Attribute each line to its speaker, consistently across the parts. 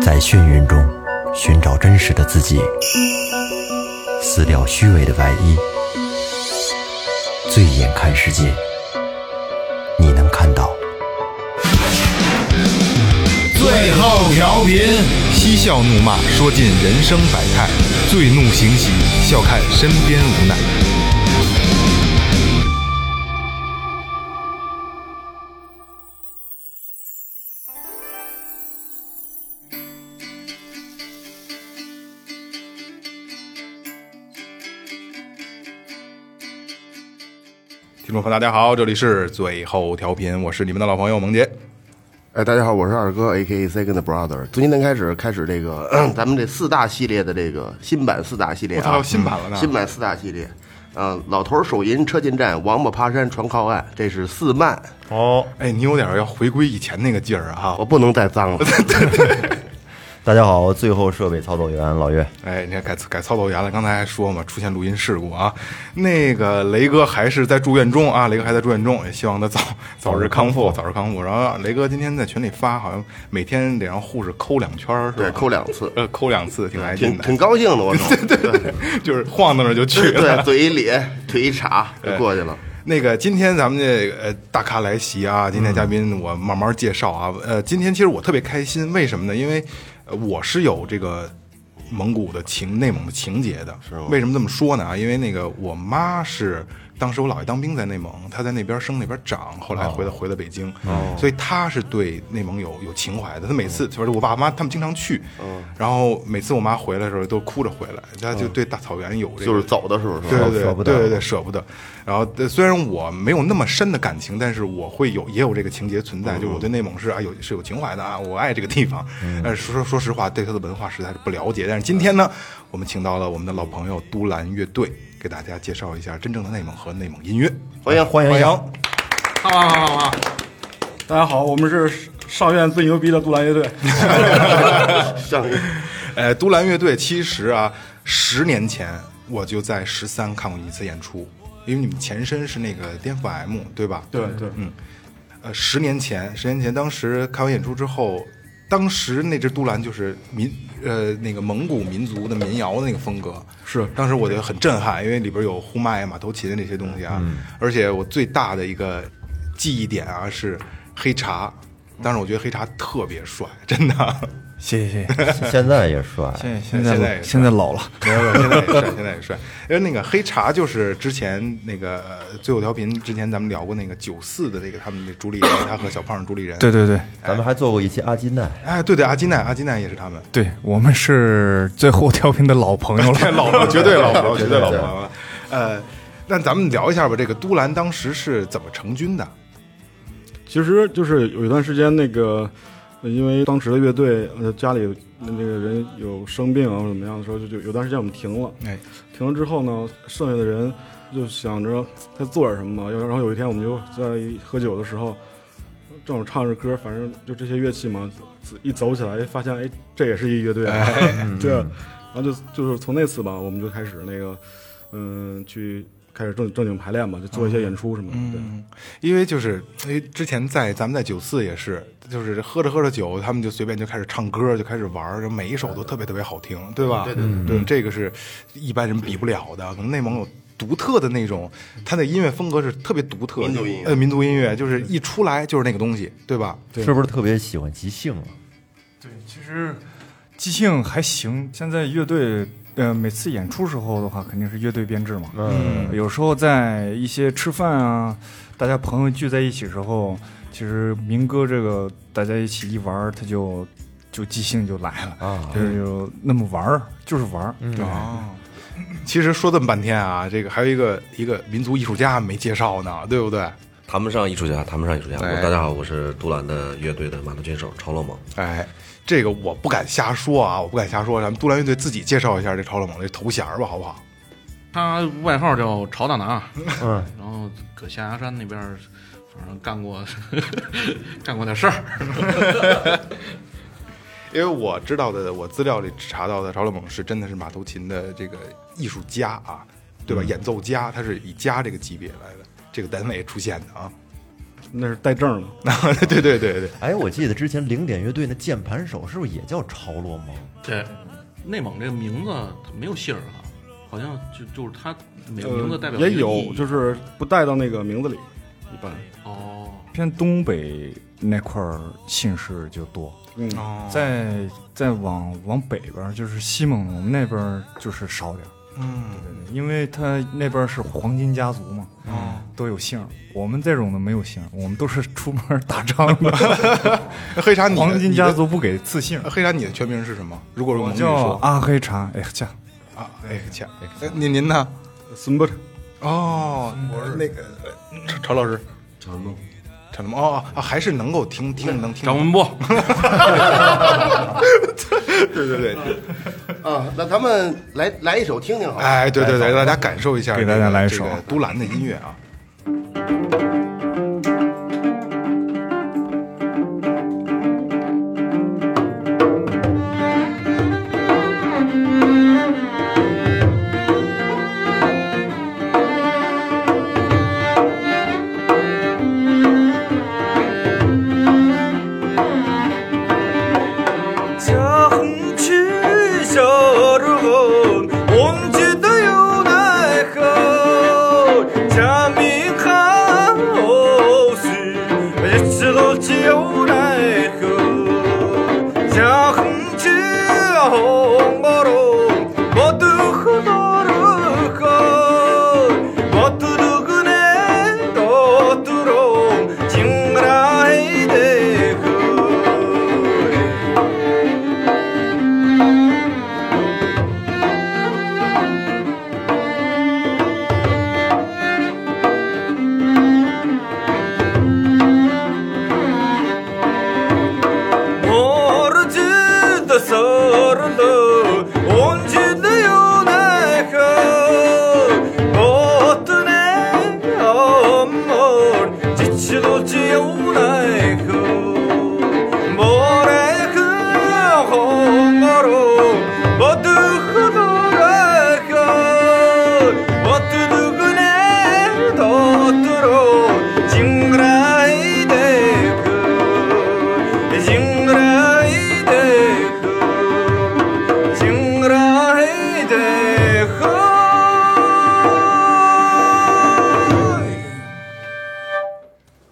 Speaker 1: 在眩晕中寻找真实的自己，撕掉虚伪的外衣，醉眼看世界，你能看到。
Speaker 2: 最后调频，
Speaker 3: 嬉笑怒骂，说尽人生百态；醉怒行喜，笑看身边无奈。听众朋友，大家好，这里是最后调频，我是你们的老朋友萌杰。
Speaker 4: 哎，大家好，我是二哥，A K A Second Brother。从今天开始，开始这个 咳咱们这四大系列的这个新版四大系列
Speaker 3: 我操
Speaker 4: 啊，
Speaker 3: 新版了呢
Speaker 4: 新版四大系列，呃，老头手淫车进站，王八爬山船靠岸，这是四漫，
Speaker 5: 哦，
Speaker 3: 哎，你有点要回归以前那个劲儿啊！哈
Speaker 4: 我不能再脏了。
Speaker 5: 大家好，我最后设备操作员老岳，
Speaker 3: 哎，你看改改操作员了，刚才还说嘛，出现录音事故啊。那个雷哥还是在住院中啊，雷哥还在住院中，也希望他早 早日康复，早日康复。然后雷哥今天在群里发，好像每天得让护士抠两圈儿，是吧
Speaker 4: 对，抠两次，
Speaker 3: 呃抠 两次，挺来劲
Speaker 4: 挺
Speaker 3: 的，
Speaker 4: 挺高兴的，我操。对对
Speaker 3: 就是晃荡着就去了。
Speaker 4: 对，嘴一咧，腿一叉就过去了。
Speaker 3: 那个，今天咱们这个呃大咖来袭
Speaker 4: 嗯
Speaker 3: 啊，今天嘉宾我慢慢介绍啊。呃，今天其实我特别开心，为什么呢？因为呃我是有这个蒙古的情、内蒙的情节的。是
Speaker 4: 哦
Speaker 3: 为什么这么说呢？啊，因为那个我妈是当时我姥爷当兵在内蒙，她在那边生那边长，后
Speaker 4: 哦
Speaker 3: 来回到、回到北京，所以她是对内蒙有有情怀的。她每
Speaker 4: 哦
Speaker 3: 次就是我爸妈他们经常去，然后每次我妈回来的时候都哭着回来，她就对大草原有这个
Speaker 4: 哦就是走的时候是
Speaker 3: 对
Speaker 4: 吧？
Speaker 3: 对对，
Speaker 5: 舍不得
Speaker 3: 对对对，舍不得。然后对虽然我没有那么深的感情，但是我会有也有这个情节存在，就是我对内蒙是啊有是有情怀的啊，我爱这个地方。
Speaker 5: 嗯
Speaker 3: 但是说说实话，对它的文化实在是不了解。但是今天呢，我们请到了我们的老朋友都兰乐队，给大家介绍一下真正的内蒙和内蒙音乐。
Speaker 4: 欢迎
Speaker 5: 欢迎
Speaker 3: 欢
Speaker 5: 一下
Speaker 3: 迎，
Speaker 6: 好吧，好吧，好吧。大家好，我们是上院最牛逼的杜兰乐队。
Speaker 4: 像
Speaker 3: 呃，都兰乐队其实啊，十年前我就在十三看过一次演出，因为你们前身是那个颠覆 M 对吧？
Speaker 6: 对对，
Speaker 3: 嗯，呃，十年前，十年前，当时看完演出之后，当时那支都兰就是民呃那个蒙古民族的民谣的那个风格，
Speaker 6: 是
Speaker 3: 当时我觉得很震撼，因为里边有呼麦、马头琴这些东西啊，而且我最大的一个记忆点啊是黑茶，当时我觉得黑茶特别帅，真的，
Speaker 7: 谢谢谢 谢，
Speaker 5: 现在也帅，
Speaker 7: 现
Speaker 3: 现在
Speaker 7: 在
Speaker 3: 也是
Speaker 7: 现在老了，
Speaker 3: 没有没有， 现在也帅，现在也帅，因为那个黑茶就是之前那个呃最后调频之前咱们聊过那个九四的那个他们的主理人，他和小胖主理人，
Speaker 7: 对对对
Speaker 5: 咱们还做过一期阿金奈，
Speaker 3: 哎，对对，阿基奈，阿基奈也是他们。
Speaker 7: 对，我们是最后调频的老朋友了，
Speaker 3: 老朋友，哦绝对老朋友，绝
Speaker 5: 绝对
Speaker 3: 对
Speaker 5: 老
Speaker 3: 老朋
Speaker 5: 朋
Speaker 3: 友了。呃，那咱们聊一下吧，这个都兰当时是怎么成军的？
Speaker 6: 其实就是有一段时间，那个呃因为当时的乐队呃家里有那个人有生病啊或者怎么样的时候，就就有段时间我们停了。
Speaker 3: 哎，
Speaker 6: 停了之后呢，剩下的人就想着再做点什么嘛。要然后有一天我们就在喝酒的时候，正好唱着歌，反正就这些乐器嘛，一走起来发现，哎，这也是一乐队啊，对。然后就就是从那次吧，我们就开始那个，嗯，去开始正正经排练嘛，就做一些演出什么的。对，
Speaker 3: 因为就是因为之前在咱们在九四也是，就是喝着喝着酒，他们就随便就开始唱歌，就开始玩儿，就每一首都特别特别好听，对吧？对对对，这个是一般人比不了的，可能内蒙有。独特的那种，他的音乐风格是特别独特的，
Speaker 4: 民族音乐
Speaker 3: 呃，民族音乐就是一出来就是那个东西，对吧？
Speaker 5: 是不是特别喜欢即兴啊？
Speaker 7: 对，其实即兴还行。现在乐队，呃，每次演出时候的话，肯定是乐队编制嘛。
Speaker 5: 嗯，
Speaker 7: 有时候在一些吃饭啊，大家朋友聚在一起时候，其实民歌这个大家一起一玩儿，它就就即兴就来了
Speaker 5: 啊
Speaker 7: 就是有那么玩儿，就是玩儿。对，
Speaker 3: 哦，其实说这么半天啊，这个还有一个一个民族艺术家没介绍呢，对不对？
Speaker 8: 谈不上艺术家，谈不上艺术家。
Speaker 3: 哎
Speaker 8: 我大家好，我是杜兰的乐队的马头琴手超乐猛。
Speaker 3: 哎，这个我不敢瞎说啊，我不敢瞎说。咱们杜兰乐队自己介绍一下这超冷猛这头衔儿吧，好不好？
Speaker 9: 他外号叫朝大拿，
Speaker 5: 嗯，
Speaker 9: 然后搁象牙山那边儿，反正干过 干过点事儿。
Speaker 3: 因为我知道的，我资料里查到的超冷猛是真的是马头琴的这个艺术家
Speaker 7: 嗯
Speaker 3: 啊，对吧？演奏家，他是以家这个级别来的这个单位出现的啊。
Speaker 6: 那是带证了。
Speaker 3: 对对对对，
Speaker 5: 哎，我记得之前零点乐队那键盘手是不是也叫超洛蒙？
Speaker 9: 对，内蒙这个名字它没有姓儿哈，好像就就是它每个名字代表
Speaker 6: 呃也
Speaker 9: 一个意
Speaker 6: 有，
Speaker 9: 义
Speaker 6: 就是不带到那个名字里，一般。
Speaker 9: 哦，
Speaker 7: 偏东北那块儿姓氏就多，
Speaker 6: 嗯，
Speaker 3: 哦
Speaker 7: 再再往往北边儿就是西蒙农那边儿就是少点儿，
Speaker 3: 嗯
Speaker 7: 因为他那边儿是黄金家族嘛，
Speaker 3: 哦，
Speaker 7: 都有姓儿。我们这种的没有姓儿，我们都是出门儿打仗的，
Speaker 3: 那黑茶你的
Speaker 7: 黄金
Speaker 3: 你
Speaker 7: 家
Speaker 3: 的
Speaker 7: 族不给赐姓 儿。
Speaker 3: 黑茶，你的全名是什么？如果是
Speaker 7: 我
Speaker 3: 蒙语
Speaker 7: 叫
Speaker 3: 说
Speaker 7: 阿黑茶，哎这样
Speaker 3: 啊，哎，切，哎您您呢？
Speaker 6: 孙不是，
Speaker 3: 哦，我是那个呃曹曹老师，陈梦，陈梦，哦，哦还是能够听听能听
Speaker 9: 张。文波，
Speaker 3: 对对对，
Speaker 4: 啊，那咱们来来一首听听好了。
Speaker 3: 哎，对对对，大家感受一下这
Speaker 7: 给
Speaker 3: 个，
Speaker 7: 大家来一首
Speaker 3: 这个都兰的音乐啊。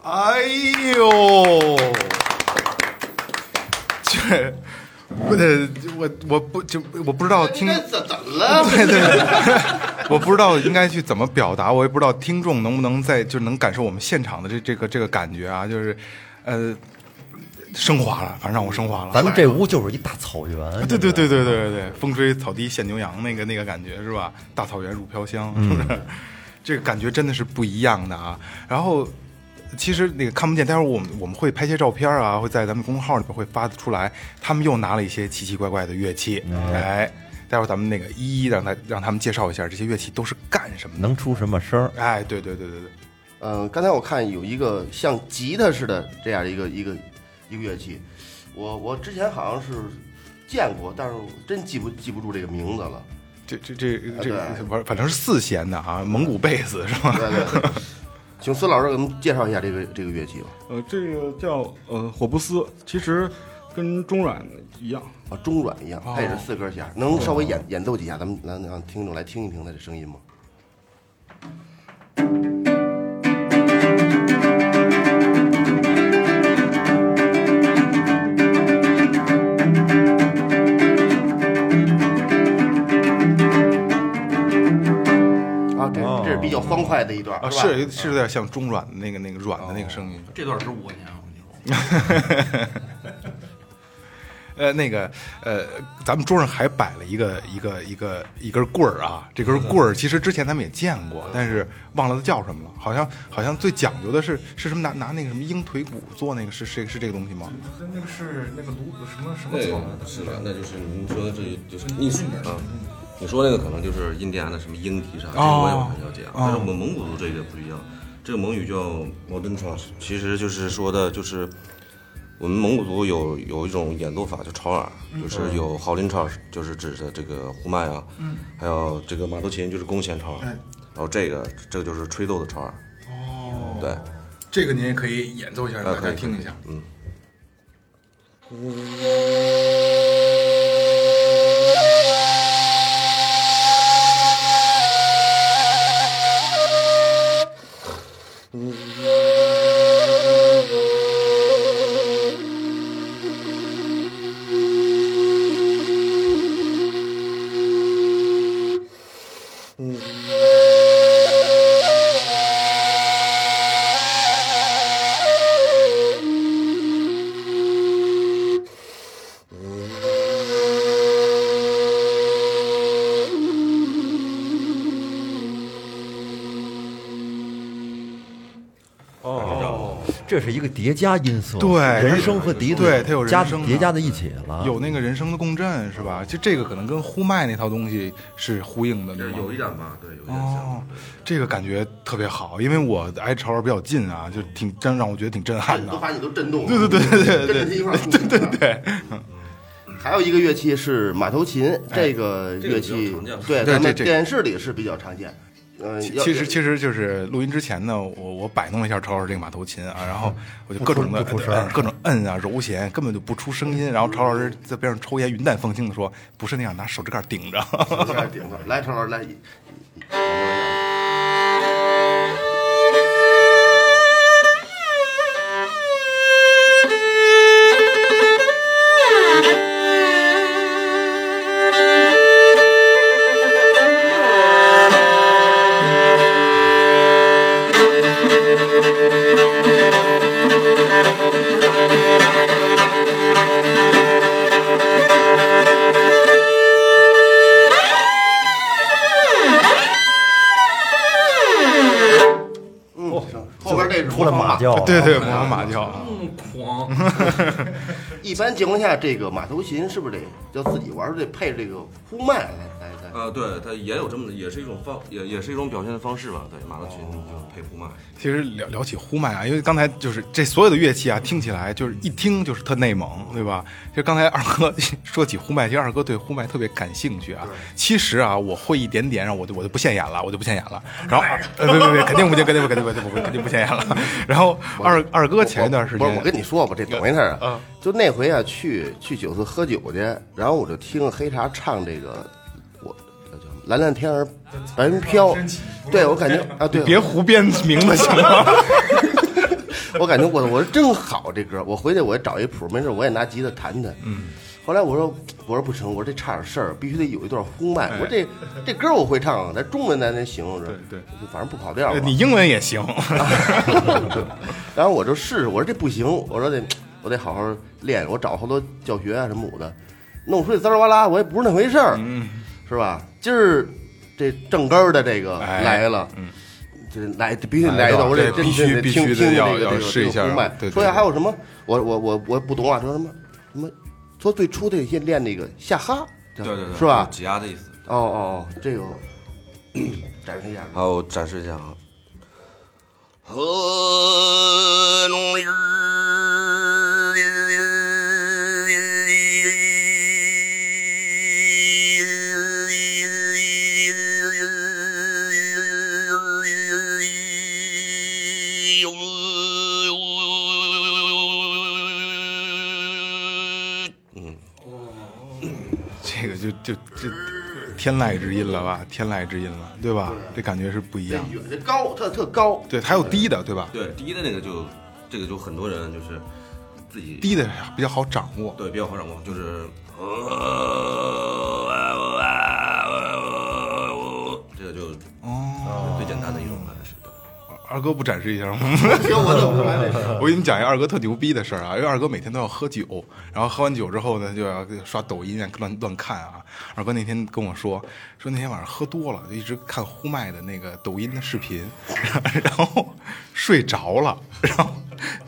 Speaker 3: 哎呦，这我得我我不就我不知道听
Speaker 4: 应该怎怎了？
Speaker 3: 我不知道应该去怎么表达，我也不知道听众能不能在就能感受我们现场的这这个这个感觉啊，就是呃升华了，反正让我升华了。
Speaker 5: 咱们这屋就是一大草原。
Speaker 3: 啊对对对
Speaker 5: 真的
Speaker 3: 对对对对，风吹草低见牛羊那个那个感觉是吧？大草原入飘香，是不是？ 这个感觉真的是不一样的啊。然后，其实那个看不见，待会儿我们我们会拍些照片啊，会在咱们公众号里边会发出来。他们又拿了一些奇奇怪怪的乐器，哎，待会儿咱们那个一一让他让他们介绍一下这些乐器都是干什么的。
Speaker 5: 能出什么声儿？
Speaker 3: 哎，对对对对对，
Speaker 4: 嗯，刚才我看有一个像吉他似的这样一个一个一个乐器，我我之前好像是见过，但是我真记不记不住这个名字了。
Speaker 3: 这这这这
Speaker 4: 啊对
Speaker 3: 反反正是四弦的啊，蒙古贝斯 是吧？
Speaker 4: 对对，请孙老师给我们介绍一下这个这个乐器吧。
Speaker 6: 呃，这个叫呃火不思，其实跟中软一样，
Speaker 4: 啊，中软一样，它也是四根弦，能稍微演演奏几下，咱们咱们让听众来听一听它的声音吗？啊，这这是比较欢快的一段，
Speaker 3: 啊，
Speaker 4: 吧？
Speaker 3: 是是有点像中软的那个那个软的那个声音。
Speaker 9: 这段值五块钱，我跟你说。
Speaker 3: 呃，那个，呃，咱们桌上还摆了一个一个一个一根棍儿啊，这根棍儿其实之前咱们也见过，但是忘了它叫什么了。好像好像最讲究的是是什么拿拿那个什么鹰腿骨做那个是是是这个东西吗？
Speaker 7: 那个是那个芦什么什
Speaker 8: 对，是的，那就是您说的这就是你说啊，你说那个可能就是印第安的什么鹰笛啥，这个我也不太了解啊。但是我们蒙古族这个不一样，这个蒙语叫 modern t r a n c 其实就是说的就是我们蒙古族有有一种演奏法叫潮耳，就是有豪林潮，就是指的这个呼麦啊，还有这个马头琴就是弓弦潮耳，然后这个这个就是吹奏的潮耳，哦，对。
Speaker 3: 这个您也可以演奏一下，让
Speaker 8: 啊
Speaker 3: 大
Speaker 8: 可
Speaker 3: 家
Speaker 8: 以
Speaker 3: 听一下。
Speaker 8: 嗯。
Speaker 5: 这是一个叠加因素，啊
Speaker 3: 对
Speaker 5: 人声和笛子，
Speaker 3: 对它有人
Speaker 5: 加
Speaker 3: 声的
Speaker 5: 叠加在一起了，
Speaker 3: 有那个人声的共振是吧？就这个可能跟呼麦那套东西是呼应的，
Speaker 8: 这
Speaker 3: 对吗
Speaker 8: 有一点吧，对，有一点
Speaker 3: 哦
Speaker 8: 像。，
Speaker 3: 这个感觉特别好，因为我挨潮儿比较近啊，就挺真让我觉得挺震撼
Speaker 4: 都
Speaker 3: 的。
Speaker 4: 把你都震动了。对对对对对，跟着一块儿。对对对。嗯还有一个乐器是马头琴，这个乐器
Speaker 8: 这个比较常见
Speaker 4: 对
Speaker 3: 对这
Speaker 4: 咱们
Speaker 3: 这
Speaker 4: 电视里是比较常见。嗯，
Speaker 3: 其
Speaker 4: 要
Speaker 3: 其实其实就是录音之前呢，我我摆弄了一下超老师这个马头琴啊，然后我就各种的呃各种摁啊揉弦，根本就不出声音。然后超老师在边上抽烟，云淡风轻的说：“不是那样，拿手指盖顶着。
Speaker 4: 有点顶着来，陈老师来。嗯，行后边这是
Speaker 5: 出了马
Speaker 4: 叫。
Speaker 5: 叫了，”
Speaker 3: 对对，模仿马叫。
Speaker 9: 嗯狂，
Speaker 4: 一般情况下，这个马头琴是不是得要自己玩儿，得配这个呼麦来来来？
Speaker 8: 呃，对，它也有这么，也是一种方，也也是一种表现的方式吧。对，马头琴就配呼麦，
Speaker 3: 其实聊聊起呼麦啊，因为刚才就是这所有的乐器啊，听起来就是一听就是特内蒙，对吧？其实刚才二哥说起呼麦，其实二哥对呼麦特别感兴趣啊。其实啊，我会一点点，然后我就我就不现眼了，我就不现眼了。然后，呃，别别别，肯定不行，肯定不肯定不肯定不肯定不现眼了。然后二二哥前一段时间，嗯
Speaker 4: 不是我跟你说吧，这怎么回事儿啊？就那回啊，去去酒肆喝酒去，然后我就听黑茶唱这个，我叫什么蓝蓝天儿白云飘，对我感觉啊，对，
Speaker 3: 哎别胡编名字行吗？
Speaker 4: 我感觉我我说真好这歌，我回去我找一谱，没事我也拿吉他弹弹。嗯，后来我说我说不成，我说这差点事儿，必须得有一段呼麦。我说这这歌我会唱，咱中文咱得形容着，
Speaker 3: 哎对对哎
Speaker 4: 就反正不跑调嘛。
Speaker 3: 你英文也行，
Speaker 4: 然后我就试试，我说这不行，我说得我得好好练，我找好多教学啊什么舞的，弄出去滋儿哇啦，我也不是那回事儿，
Speaker 3: 嗯
Speaker 4: 是吧？今儿这正根儿的这个
Speaker 3: 哎
Speaker 4: 来了，这来必须来
Speaker 3: 来
Speaker 4: 一
Speaker 3: 一
Speaker 4: 段，
Speaker 3: 段
Speaker 4: 我得
Speaker 3: 这
Speaker 4: 真
Speaker 3: 必须
Speaker 4: 真得
Speaker 3: 必
Speaker 4: 听
Speaker 3: 须
Speaker 4: 听
Speaker 3: 的
Speaker 4: 听
Speaker 3: 要
Speaker 4: 这个
Speaker 3: 要
Speaker 4: 这个
Speaker 3: 试一下啊
Speaker 4: 这个呼麦
Speaker 3: 对对
Speaker 4: 说一下
Speaker 3: 对
Speaker 4: 还有什么？我我我我不懂啊，说什么什么？说最初得先练那个下哈，
Speaker 8: 对对对，
Speaker 4: 是吧？
Speaker 8: 挤压的意思。
Speaker 4: 哦哦，哦，这个我 展示一下。
Speaker 8: 好，我展示一下啊。和龙日。
Speaker 3: 这个就就就天籁之音了吧？天籁之音了，对吧？这感觉是不一
Speaker 4: 这
Speaker 3: 样的。
Speaker 4: 远这高，特特高，
Speaker 3: 对，还有低的，对吧？
Speaker 8: 对，第一的那个就，这个就很多人就是自己
Speaker 3: 低的比较好掌握。
Speaker 8: 对比较好掌握，就是。这个就哦，最简单的一种了，是的。
Speaker 3: 二哥不展示一下吗？
Speaker 4: 行，我弄不出来这个。
Speaker 3: 我给你们讲一个二哥特牛逼的事儿啊，因为二哥每天都要喝酒，然后喝完酒之后呢，就要刷抖音啊，乱乱看啊。二哥那天跟我说，说那天晚上喝多了，就一直看呼麦的那个抖音的视频， 然后睡着了，然后。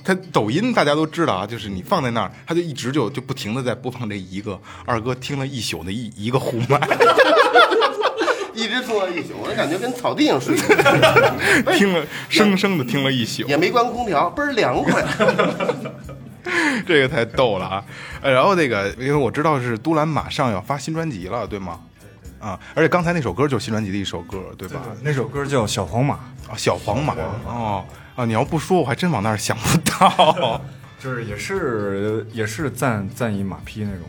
Speaker 3: 他抖音大家都知道啊，就是你放在那儿，他就一直就就不停的在播放这一个。二哥听了一宿那一一个呼麦，
Speaker 4: 一直拖到一宿，我就感觉跟草地上睡，
Speaker 3: 听了生生的听了一宿。
Speaker 4: 也没关空调，倍儿凉快。
Speaker 3: 这个太逗了啊！呃然后那个，因为我知道是都兰马上要发新专辑了，对吗？啊，而且刚才那首歌就是新专辑的一首歌，对吧？
Speaker 7: 那首歌叫《小黄马
Speaker 3: 啊，小黄马哦，啊，你要不说，我还真往那儿想不 到。
Speaker 7: 就是也是也是赞赞一马匹那种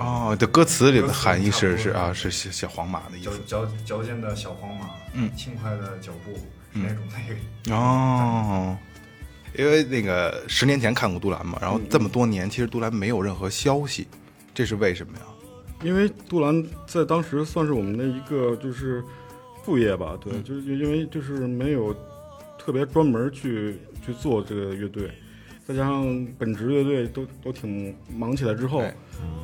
Speaker 7: 的，
Speaker 3: 哦，这歌词里的含义是是啊，是小小黄马的意
Speaker 7: 矫
Speaker 3: 思。
Speaker 7: 矫矫健的小黄马，
Speaker 3: 嗯
Speaker 7: 轻快的脚步，那种那个。
Speaker 3: 哦，因为那个十年前看过杜兰嘛，然后这么多年其实杜兰没有任何消息，这是为什么呀？
Speaker 6: 因为杜兰在当时算是我们的一个就是副业吧，对，就是因为就是没有特别专门去去做这个乐队，再加上本职乐队都都挺忙起来之后
Speaker 3: 哎，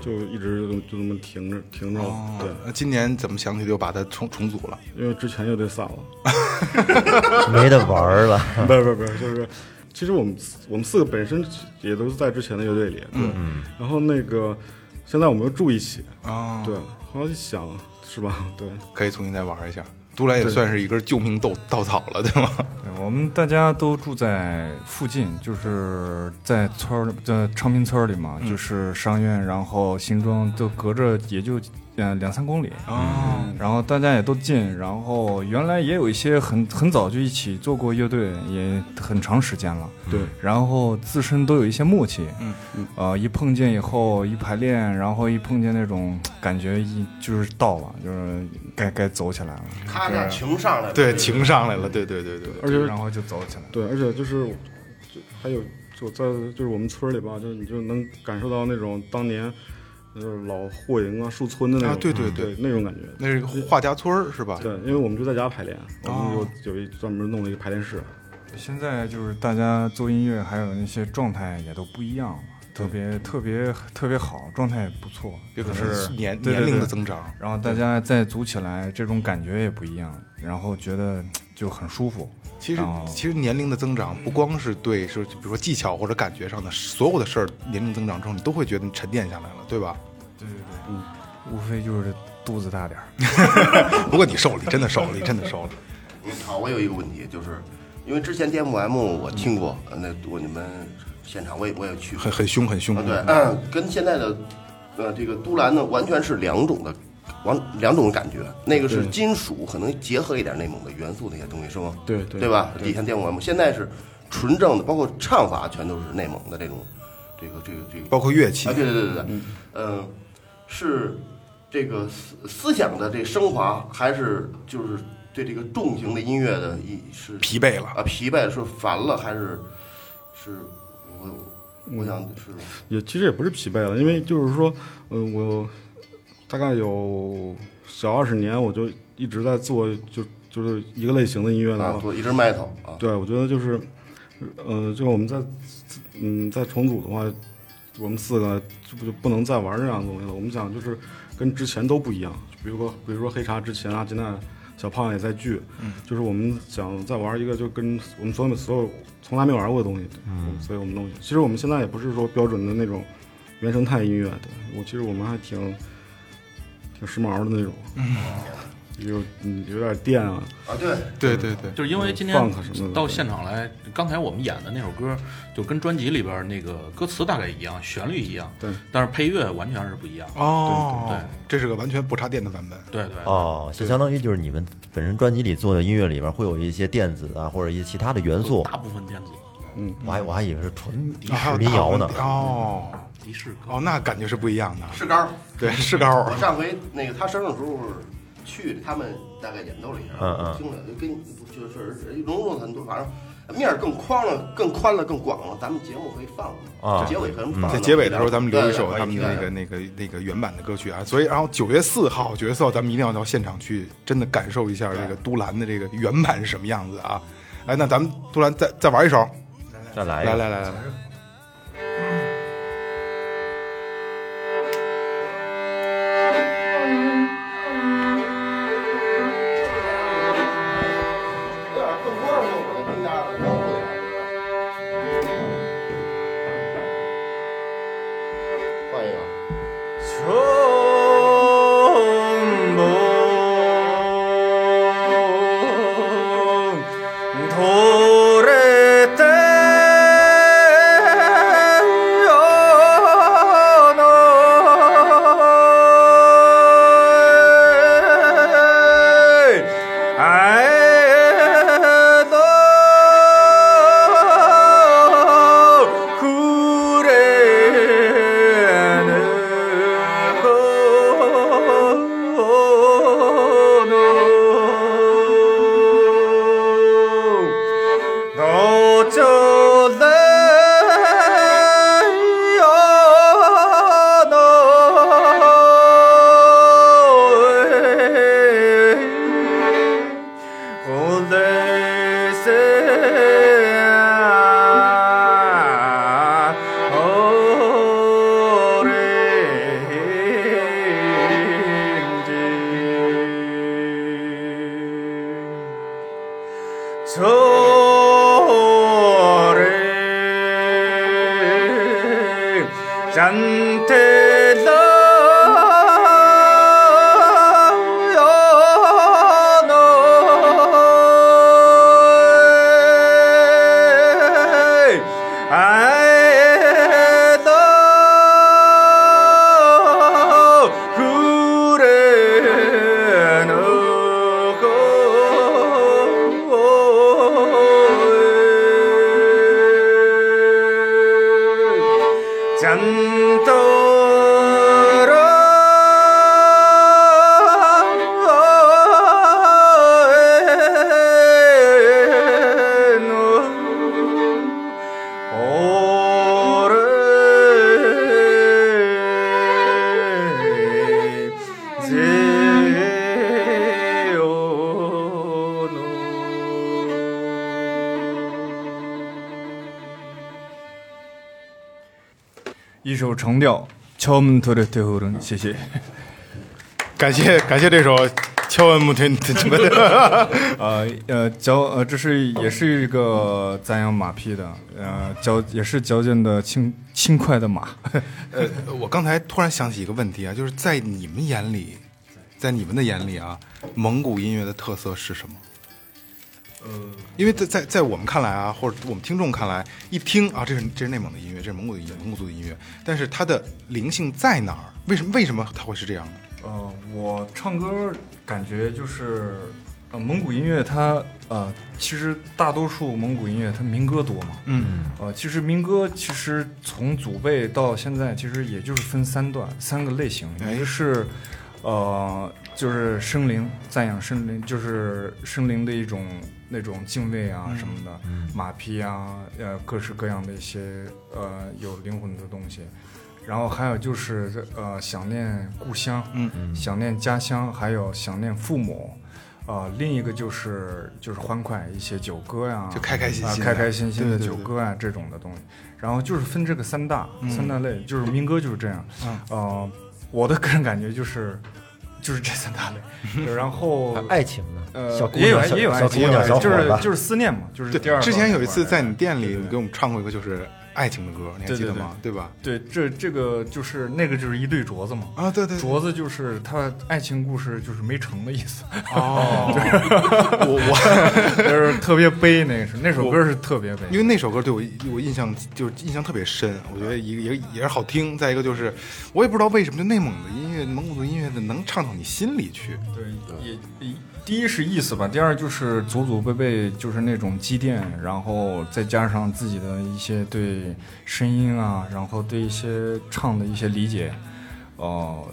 Speaker 6: 就一直就就这么停着停着了，对，
Speaker 3: 呃今年怎么想起就把它重重组了？
Speaker 6: 因为之前乐队散了，
Speaker 5: 没得玩儿了。
Speaker 6: 不是不是不是，就是其实我们四我们四个本身也都是在之前的乐队里，对，然后那个现在我们又住一起，
Speaker 3: 哦
Speaker 6: 对，后来一想是吧，对，
Speaker 3: 可以重新再玩一下。杜兰也算是一根救命稻稻草了，对吗？
Speaker 7: 对我们大家都住在附近，就是在村儿，在昌平村儿里嘛，就是商院，然后新庄都隔着也就嗯两三公里。
Speaker 3: 哦，
Speaker 7: 然后大家也都近，然后原来也有一些很很早就一起做过乐队，也很长时间了。
Speaker 6: 对，
Speaker 7: 然后自身都有一些默契，
Speaker 3: 嗯
Speaker 6: 嗯，
Speaker 7: 呃，一碰见以后一排练，然后一碰见那种感觉一就是到了，就是该该走起来了，
Speaker 4: 咔一下情上来了，
Speaker 3: 对，情上来了，对对对对对。
Speaker 6: 而且
Speaker 7: 然后就走起来了。
Speaker 6: 对，而且就是，就还有就在就是我们村儿里吧，就是你就能感受到那种当年就是老霍营啊、树村的那种，
Speaker 3: 啊对对对
Speaker 6: 对，那种感觉。
Speaker 3: 那是画家村儿是吧？
Speaker 6: 对，因为我们就在家排练，我们有有一专门弄了一个排练室。
Speaker 7: 现在就是大家做音乐，还有那些状态也都不一样了，特别特别特别好，状态也不错，
Speaker 3: 有可
Speaker 7: 就
Speaker 3: 能是年
Speaker 7: 对
Speaker 3: 年龄的。
Speaker 7: 对对
Speaker 3: 增长。
Speaker 7: 然后大家再组起来，这种感觉也不一样，然后觉得就很舒服。
Speaker 3: 其实
Speaker 7: 然后
Speaker 3: 其实年龄的增长不光是对，是比如说技巧或者感觉上的，所有的事儿年龄增长之后，你都会觉得你沉淀下来了，对吧？
Speaker 7: 对对对，无非就是肚子大点儿。
Speaker 3: 不过你瘦了，你真的瘦了，你真的瘦了。
Speaker 4: 好，我有一个问题，就是因为之前 DMM 我听过，呃那我你们现场我也我也去
Speaker 3: 嗯
Speaker 4: 过，
Speaker 3: 很很 凶，很凶。
Speaker 4: 啊，对，嗯， 跟现在的呃这个都兰呢，完全是两种的，完两种感觉。那个是金属，可能结合一点内蒙的元素那些东西，是吗？
Speaker 6: 对对
Speaker 4: 对吧？以前电玩嘛，现在是纯正的，包括唱法全都是内蒙的这种，这个这个这个，
Speaker 3: 包括乐器
Speaker 4: 啊，，对对对对对，嗯，是这个思思想的这升华，还是就是对这个重型的音乐的一是
Speaker 3: 疲惫
Speaker 4: 啊
Speaker 3: 了。
Speaker 4: 疲惫是烦了，还是是我我想
Speaker 3: 嗯
Speaker 4: 是
Speaker 6: 也其实也不是疲惫了，因为就是说，嗯、我大概有小二十年，我就一直在做就就是一个类型的音乐了
Speaker 4: 啊，。做一直麦头啊，
Speaker 6: 对，我觉得就是，呃，就我们在，嗯，在重组的话，我们四个就不就不能再玩这样的东西了。我们想就是跟之前都不一样，比如说比如说黑茶之前啊，现在小胖也在聚，就是我们想再玩一个就跟我们所有所有从来没玩过的东西，嗯，所以我们弄。其实我们现在也不是说标准的那种原生态音乐，对我其实我们还挺挺时髦的那种，嗯，有嗯有点电啊，
Speaker 4: 啊，对，
Speaker 3: 对对对，
Speaker 9: 就是因为今
Speaker 6: 放个什么
Speaker 9: 天
Speaker 6: 的
Speaker 9: 到现场来，刚才我们演的那首歌，就跟专辑里边那个歌词大概一样，旋律一样，
Speaker 6: 对，
Speaker 9: 但是配乐完全是不一样。对
Speaker 3: 哦
Speaker 9: 对，
Speaker 3: 这是个完全不插电的版本。
Speaker 9: 对对，
Speaker 5: 哦，就相当于就是你们本身专辑里做的音乐里边会有一些电子啊，或者一些其他的元素。
Speaker 9: 大部分电子
Speaker 5: 我还我还以为是纯
Speaker 3: 啊还有
Speaker 5: 民谣
Speaker 3: 大
Speaker 5: 呢
Speaker 3: 红。哦
Speaker 9: 迪士歌，
Speaker 3: 哦，那感觉是不一样的。
Speaker 4: 是高。
Speaker 3: 对，是高
Speaker 4: 我上回那个他生日的时候去，他们大概演奏了一下，
Speaker 5: 嗯嗯
Speaker 4: 我听着就跟就是融入了很多，反正面儿更宽了，更宽了，更广了。咱们节目可以放
Speaker 5: 啊
Speaker 4: 结尾可能
Speaker 3: 嗯
Speaker 4: 放。
Speaker 3: 在 结尾的时候，咱们留一首
Speaker 4: 对
Speaker 3: 他们那个
Speaker 4: 对
Speaker 3: 那个那个原版的歌曲啊。所以，然后九月四号，九月四号，咱们一定要到现场去，真的感受一下这个都兰的这个原版是什么样子啊！哎，那咱们都兰再再玩一首，
Speaker 5: 再来一
Speaker 3: 来
Speaker 5: 个
Speaker 3: 来来来，
Speaker 4: 对更宽了，我更加更阔点儿。换一个。
Speaker 7: 春梦途人的
Speaker 10: 소리 잔뜩 넣어놓을 아이도 후레놓고 잔도로 오래
Speaker 7: 一首长调，敲门特的特后人，谢谢。
Speaker 3: 感谢感谢这首《敲门木腿》
Speaker 7: 呃呃，矫呃，这是也是一个赞扬马匹的，呃，矫也是矫健的轻轻快的马。
Speaker 3: 呃，我刚才突然想起一个问题啊，就是在你们眼里，在你们的眼里啊，蒙古音乐的特色是什么？呃因为在在在我们看来啊，或者我们听众看来，一听啊，这是这是内蒙的音乐，这是蒙古的音乐，蒙古族的音乐，但是它的灵性在哪儿？为什么为什么它会是这样的？
Speaker 7: 呃，我唱歌感觉就是，呃，蒙古音乐它呃，其实大多数蒙古音乐它民歌多嘛，
Speaker 3: 嗯，
Speaker 7: 呃，其实民歌其实从祖辈到现在，其实也就是分三段三个类型，
Speaker 3: 哎
Speaker 7: 一个是呃，就是生灵赞扬生灵，就是生灵的一种那种敬畏
Speaker 3: 嗯
Speaker 7: 啊什么的，马匹啊，呃，各式各样的一些呃有灵魂的东西。然后还有就是呃，想念故乡，
Speaker 3: 嗯
Speaker 7: 想念家乡，还有想念父母。啊、另一个就是就是欢快一些酒歌呀、
Speaker 3: 就开开心心的
Speaker 7: 啊开开心心的
Speaker 3: 对对对
Speaker 7: 酒歌啊这种的东西。然后就是分这个三大、
Speaker 3: 嗯
Speaker 7: 三大类，就是民歌就是这样。
Speaker 3: 嗯
Speaker 7: 呃，我的个人感觉就是就是这三大类。 然后
Speaker 5: 啊爱情呢？
Speaker 7: 呃
Speaker 5: 小姑
Speaker 7: 也有
Speaker 5: 娘
Speaker 7: 爱
Speaker 5: 小
Speaker 7: 也有爱
Speaker 5: 小姑
Speaker 7: 情，
Speaker 5: 娘小
Speaker 7: 就
Speaker 5: 伙
Speaker 7: 是
Speaker 5: 子，
Speaker 7: 就是思念嘛，就是第二
Speaker 3: 对，
Speaker 7: 个。
Speaker 3: 之前有一次在你店里，
Speaker 7: 对对
Speaker 3: 你给我们唱过一个就是爱情的歌，你还记得吗？对吧？
Speaker 7: 对这这个就是那个就是一对镯子嘛。
Speaker 3: 啊，对对对，
Speaker 7: 镯子就是他爱情故事就是没成的意思，
Speaker 3: 哦， 我我
Speaker 7: 就是特别悲那个是那首歌是特别悲，
Speaker 3: 因为那首歌对我我印象就是印象特别深，我觉得一个也也是好听，再一个就是我也不知道为什么，就内蒙的音乐、蒙古族音乐的能唱到你心里去。
Speaker 7: 对，也也第一是意思吧，第二就是祖祖辈辈就是那种积淀，然后再加上自己的一些对声音啊，然后对一些唱的一些理解，呃，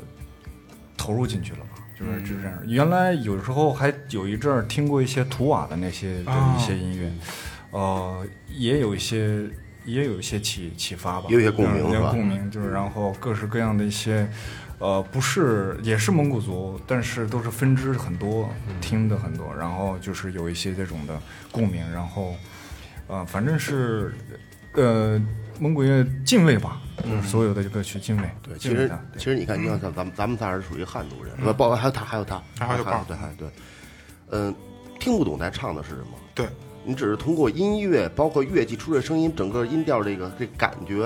Speaker 7: 投入进去了吧。就是
Speaker 4: 嗯
Speaker 7: 就是这样，原来有时候还有一阵儿听过一些图瓦的那些
Speaker 4: 啊
Speaker 7: 的一些音乐，呃，也有一些也有一些启启发吧，
Speaker 4: 有一些共鸣
Speaker 7: 有
Speaker 4: 是吧
Speaker 7: 共鸣就是然后各式各样的一些，呃，不是也是蒙古族，但是都是分支很多，
Speaker 4: 嗯
Speaker 7: 听的很多，然后就是有一些这种的共鸣，然后，呃，反正是，呃，蒙古乐敬畏吧，就是所有的歌曲敬畏，对
Speaker 4: 嗯其
Speaker 7: 敬畏
Speaker 4: 实
Speaker 7: 它，
Speaker 4: 其实你看，你看，咱咱们咱们仨人属于汉族人，不包括还有他，还有他，
Speaker 3: 嗯还有
Speaker 4: 他
Speaker 3: 豹，
Speaker 4: 对，还有对，嗯，听不懂他唱的是什么，
Speaker 3: 对
Speaker 4: 你只是通过音乐，包括乐器出的声音，整个音调这个这感觉，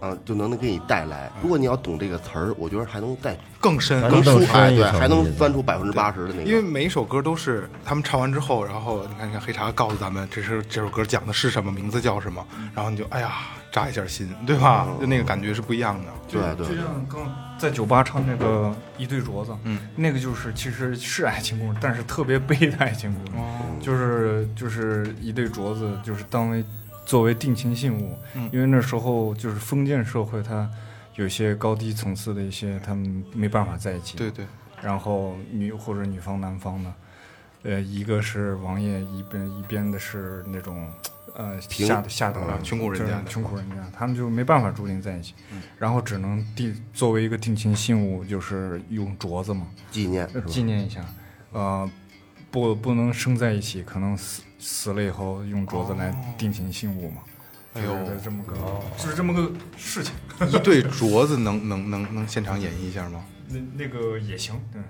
Speaker 4: 啊，就能能给你带来。如果你要懂这个词儿，我觉得还能再
Speaker 3: 更深，
Speaker 5: 还
Speaker 4: 能
Speaker 5: 能
Speaker 4: 出
Speaker 5: 更
Speaker 4: 哎，
Speaker 5: 深一
Speaker 4: 对，
Speaker 5: 层
Speaker 4: 还
Speaker 5: 意
Speaker 4: 能
Speaker 5: 思
Speaker 4: 翻出百分之八十的那个。
Speaker 3: 因为每一首歌都是他们唱完之后，然后你看，你看黑茶告诉咱们这是这首歌讲的是什么，名字叫什么，然后你就哎呀扎一下心，对吧？就那个感觉是不一样的。
Speaker 4: 对对
Speaker 7: 就像刚在酒吧唱那个一对镯子，
Speaker 3: 嗯，
Speaker 7: 那个就是其实是爱情故事，但是特别悲的爱情故
Speaker 3: 哦
Speaker 7: 事，就是就是一对镯子，就是当为作为定情信物，
Speaker 3: 嗯
Speaker 7: 因为那时候就是封建社会，它有些高低层次的一些他们没办法在一起，
Speaker 3: 对对，
Speaker 7: 然后女或者女方男方的，呃，一个是王爷，一边一边的是那种呃下下等
Speaker 3: 啊
Speaker 7: 的
Speaker 3: 穷苦人家的嗯
Speaker 7: 就是穷苦人家，他们就没办法住进在一起，然后只能定作为一个定情信物，就是用镯子嘛，
Speaker 4: 纪念
Speaker 7: 纪念一下，呃，不不能生在一起，可能死死了以后用镯子来定情信物嘛，
Speaker 3: 哦哎呦，
Speaker 7: 就是这么个，就是这么个事情，
Speaker 3: 一对镯子能能能能现场演绎一下吗？
Speaker 7: 那那个也行，嗯。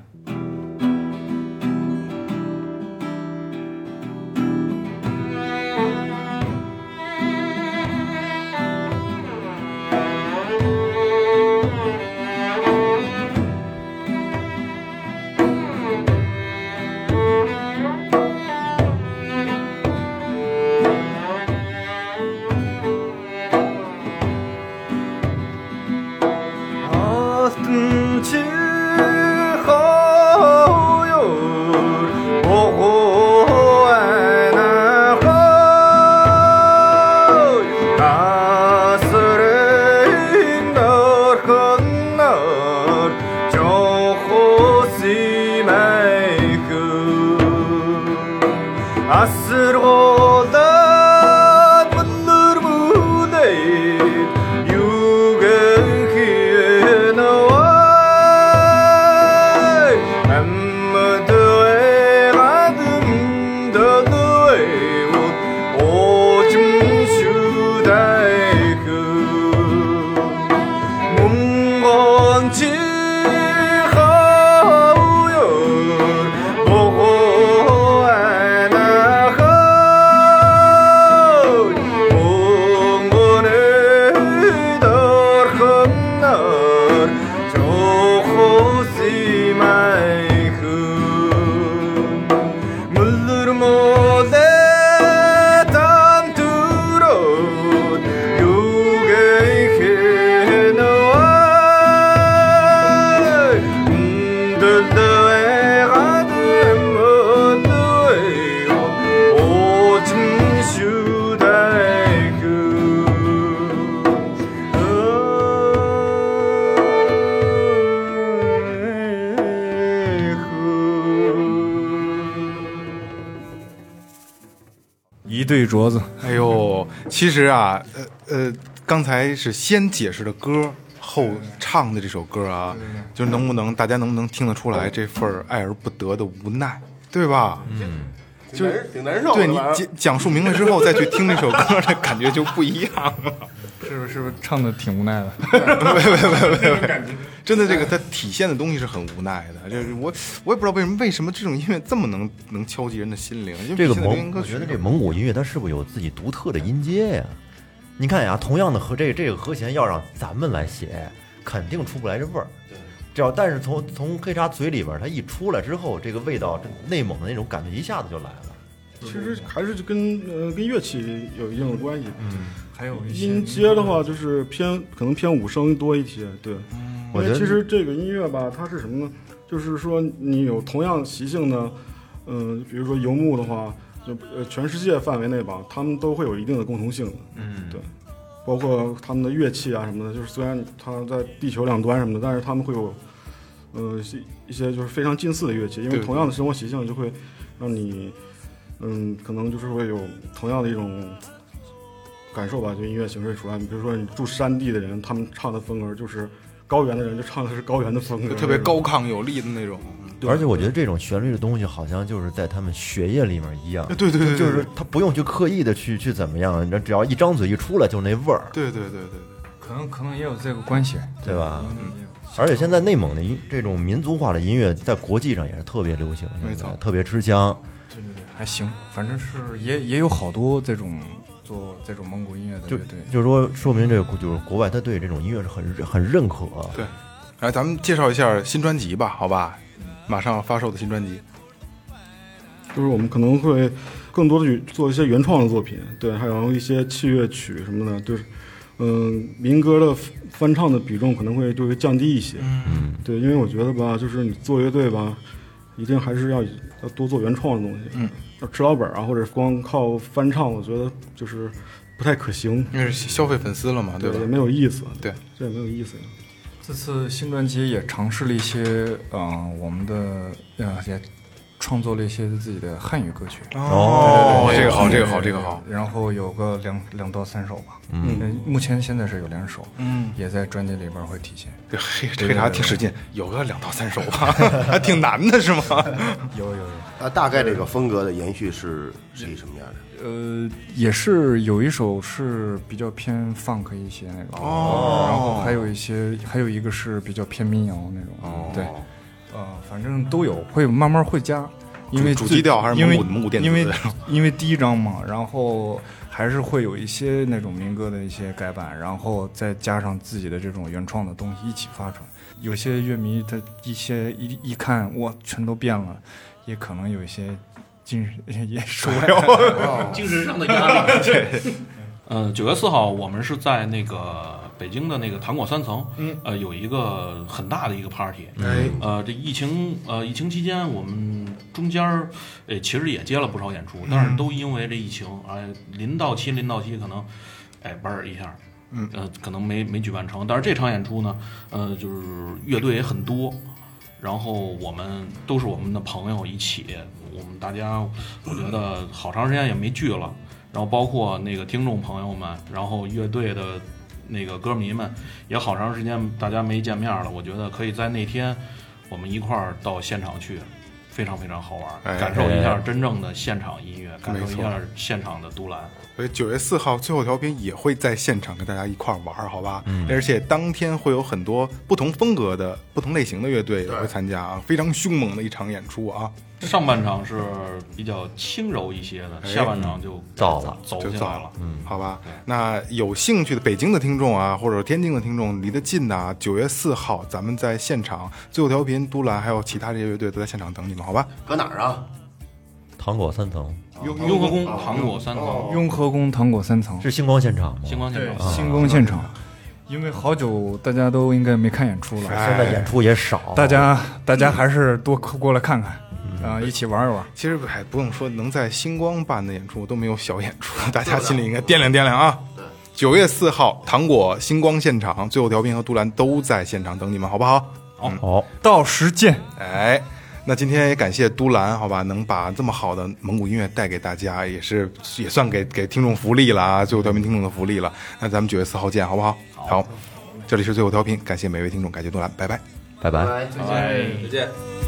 Speaker 10: 아스로 다 문을 무대 유괴해 나와 아무도에 가든 더도에 옷 오줌 수다에 그 문건지 하우요 보고 안하고 공문을 덜건널 조호시 마이크 물들 못해 단두로 유괴해 놓아 흔들더에 가든 못더에 오줌 수다에
Speaker 7: 一对镯子，
Speaker 3: 哎呦，其实啊，呃呃，刚才是先解释的歌，后唱的这首歌啊，就能不能大家能不能听得出来这份儿爱而不得的无奈，对吧？嗯，
Speaker 4: 挺难挺难受的
Speaker 3: 对你
Speaker 4: 吧
Speaker 3: 讲讲述明白之后再去听这首歌的感觉就不一 样了。
Speaker 7: 是不是是不是唱的挺无奈的？
Speaker 3: 没有没有没有没有真的这个它体现的东西是很无奈的。就是我我也不知道为什么为什么这种音乐这么能能敲击人的心灵，因为
Speaker 5: 这个
Speaker 3: 现在流行
Speaker 5: 蒙，
Speaker 3: 歌
Speaker 5: 我
Speaker 3: 曲
Speaker 5: 觉得这蒙古音乐它是不是有自己独特的音阶呀？你看呀，同样的和这个、这个和弦要让咱们来写，肯定出不来这味儿。只要但是从从黑茶嘴里边儿它一出来之后，这个味道，这内蒙的那种感觉一下子就来了。
Speaker 6: 其实还是跟呃跟乐器有一定的关系。嗯，
Speaker 7: 还有一些
Speaker 6: 音阶的话，就是偏可能偏五声多一些。对，
Speaker 5: 我觉得
Speaker 6: 因为其实这个音乐吧，它是什么呢？就是说你有同样习性的，嗯、比如说游牧的话，就呃全世界范围内吧，他们都会有一定的共同性的。
Speaker 7: 嗯
Speaker 6: 对，包括他们的乐器啊什么的，就是虽然它在地球两端什么的，但是他们会有，呃，一一些就是非常近似的乐器，因为
Speaker 3: 对
Speaker 6: 同样的生活习性就会让你，嗯，可能就是会有同样的一种感受吧，就音乐形式出来。你比如说你住山地的人，他们唱的风格就是高原的人就唱的是高原的风格，
Speaker 3: 就特别高亢有力的那种。
Speaker 5: 而且我觉得这种旋律的东西，好像就是在他们血液里面一样。
Speaker 3: 对对对对
Speaker 5: 就是他不用去刻意的去去怎么样，你只要一张嘴一出来就那味儿，
Speaker 3: 对对对对
Speaker 7: 可能可能也有这个关系，
Speaker 5: 对吧？而且现在内蒙的音这种民族化的音乐，在国际上也是特别流行，
Speaker 7: 没
Speaker 5: 现在
Speaker 7: 错
Speaker 5: 特别吃香。
Speaker 7: 对对对，还行，反正是也也有好多这种做这种蒙古音乐的乐队，
Speaker 5: 就是说，说明这个就是国外他对这种音乐是很很认可。
Speaker 3: 对，来咱们介绍一下新专辑吧，好吧？马上要发售的新专辑，
Speaker 6: 就是我们可能会更多的去做一些原创的作品，对，还有一些器乐曲什么的，就是嗯，民歌的翻唱的比重可能会就会降低一些，
Speaker 3: 嗯，
Speaker 6: 对，因为我觉得吧，就是你做乐队吧，一定还是要要多做原创的东西，
Speaker 3: 嗯，
Speaker 6: 要吃老本儿啊，或者光靠翻唱，我觉得就是不太可行，
Speaker 3: 因为是消费粉丝了嘛，
Speaker 6: 对
Speaker 3: 吧
Speaker 6: 也？没有意思，
Speaker 3: 对，
Speaker 6: 这也没有意思。
Speaker 7: 这次新专辑也尝试了一些，嗯、我们的呃也创作了一些自己的汉语歌曲。
Speaker 5: 啊
Speaker 3: 哦
Speaker 7: 对对对
Speaker 3: 这个好
Speaker 7: 对
Speaker 3: 这个好
Speaker 7: 对
Speaker 3: 这个好
Speaker 7: 对然后有个两两到三首吧，
Speaker 3: 嗯
Speaker 7: 呃，目前现在是有两首，
Speaker 3: 嗯，
Speaker 7: 也在专辑里边会体现。
Speaker 3: 这黑黑茶挺使劲，有个两到三首吧， 还挺难的是吗？
Speaker 7: 有有有。
Speaker 4: 啊，大概这个风格的延续是是一什么样的？
Speaker 7: 呃，也是有一首是比较偏 funk 一些那种，
Speaker 3: 哦
Speaker 7: 然后还有一些，还有一个是比较偏民谣那种，哦、对，呃，反正都有，会慢慢会加，因为
Speaker 3: 主
Speaker 7: 最
Speaker 3: 基调还是
Speaker 7: 因为
Speaker 3: 蒙古蒙古电子
Speaker 7: 因为
Speaker 3: 的
Speaker 7: 因为第一张嘛，然后还是会有一些那种民歌的一些改版，然后再加上自己的这种原创的东西一起发出来。有些乐迷他一些一一看哇，全都变了，也可能有一些精神也受不了。
Speaker 9: 精神上的压力。 对，呃，九月四号我们是在那个北京的那个糖果三层，嗯，呃，有一个很大的一个 party，
Speaker 3: 哎
Speaker 9: 呃，这疫情呃疫情期间，我们中间儿呃其实也接了不少演出，
Speaker 3: 嗯
Speaker 9: 但是都因为这疫情，哎，临到期临到期可能，哎，嘣儿一下。
Speaker 3: 嗯
Speaker 9: 呃，可能没没举办成，但是这场演出呢，呃，就是乐队也很多，然后我们都是我们的朋友一起，我们大家我觉得好长时间也没聚了，然后包括那个听众朋友们，然后乐队的那个歌迷们，也好长时间大家没见面了。我觉得可以在那天我们一块儿到现场去，非常非常好玩，
Speaker 3: 哎
Speaker 9: 感受一下真正的现场音乐，感受
Speaker 3: 没
Speaker 9: 一
Speaker 3: 错
Speaker 9: 下现场的独蓝。
Speaker 3: 所以九月四号最后调频也会在现场跟大家一块儿玩儿，好吧？而且当天会有很多不同风格的、不同类型的乐队也会参加啊，非常凶猛的一场演出啊！
Speaker 9: 上半场是比较轻柔一些的，
Speaker 3: 哎
Speaker 9: 下半场就
Speaker 5: 嗯燥了
Speaker 9: 走
Speaker 3: 就
Speaker 9: 进
Speaker 3: 造
Speaker 9: 来了。
Speaker 3: 嗯，好吧。那有兴趣的北京的听众啊，或者天津的听众，离得近的啊，九月四号咱们在现场最后调频、都兰还有其他这些乐队都在现场等你们，好吧？
Speaker 4: 搁哪儿啊？
Speaker 5: 糖果三层
Speaker 3: 雍
Speaker 9: 雍和宫糖果三层，
Speaker 7: 雍和宫糖果三层，
Speaker 5: 是星光现场吗？
Speaker 9: 星光现
Speaker 7: 对，
Speaker 9: 场。
Speaker 7: 星光现场，因为好久大家都应该没看演出了，
Speaker 5: 现在演出也少，
Speaker 7: 哎大家大家还是多过来看看，啊，一起玩一玩。
Speaker 3: 其实还不用说，能在星光办的演出都没有小演出，大
Speaker 9: 啊
Speaker 3: 家心里应该掂量掂量啊。九月四号，糖果星光现场，最后调频和杜兰都在现场等你们，好不好？
Speaker 5: 好，
Speaker 7: 到时见，
Speaker 3: 哎，那今天也感谢都兰，好吧，能把这么好的蒙古音乐带给大家，也是也算给给听众福利了啊，最后调频听众的福利了。那咱们九月四号见，好不好？好，这里是最后调频，感谢每位听众，感谢杜兰，拜拜。
Speaker 5: 拜拜。
Speaker 4: 拜拜。
Speaker 9: 哎。
Speaker 8: 再见。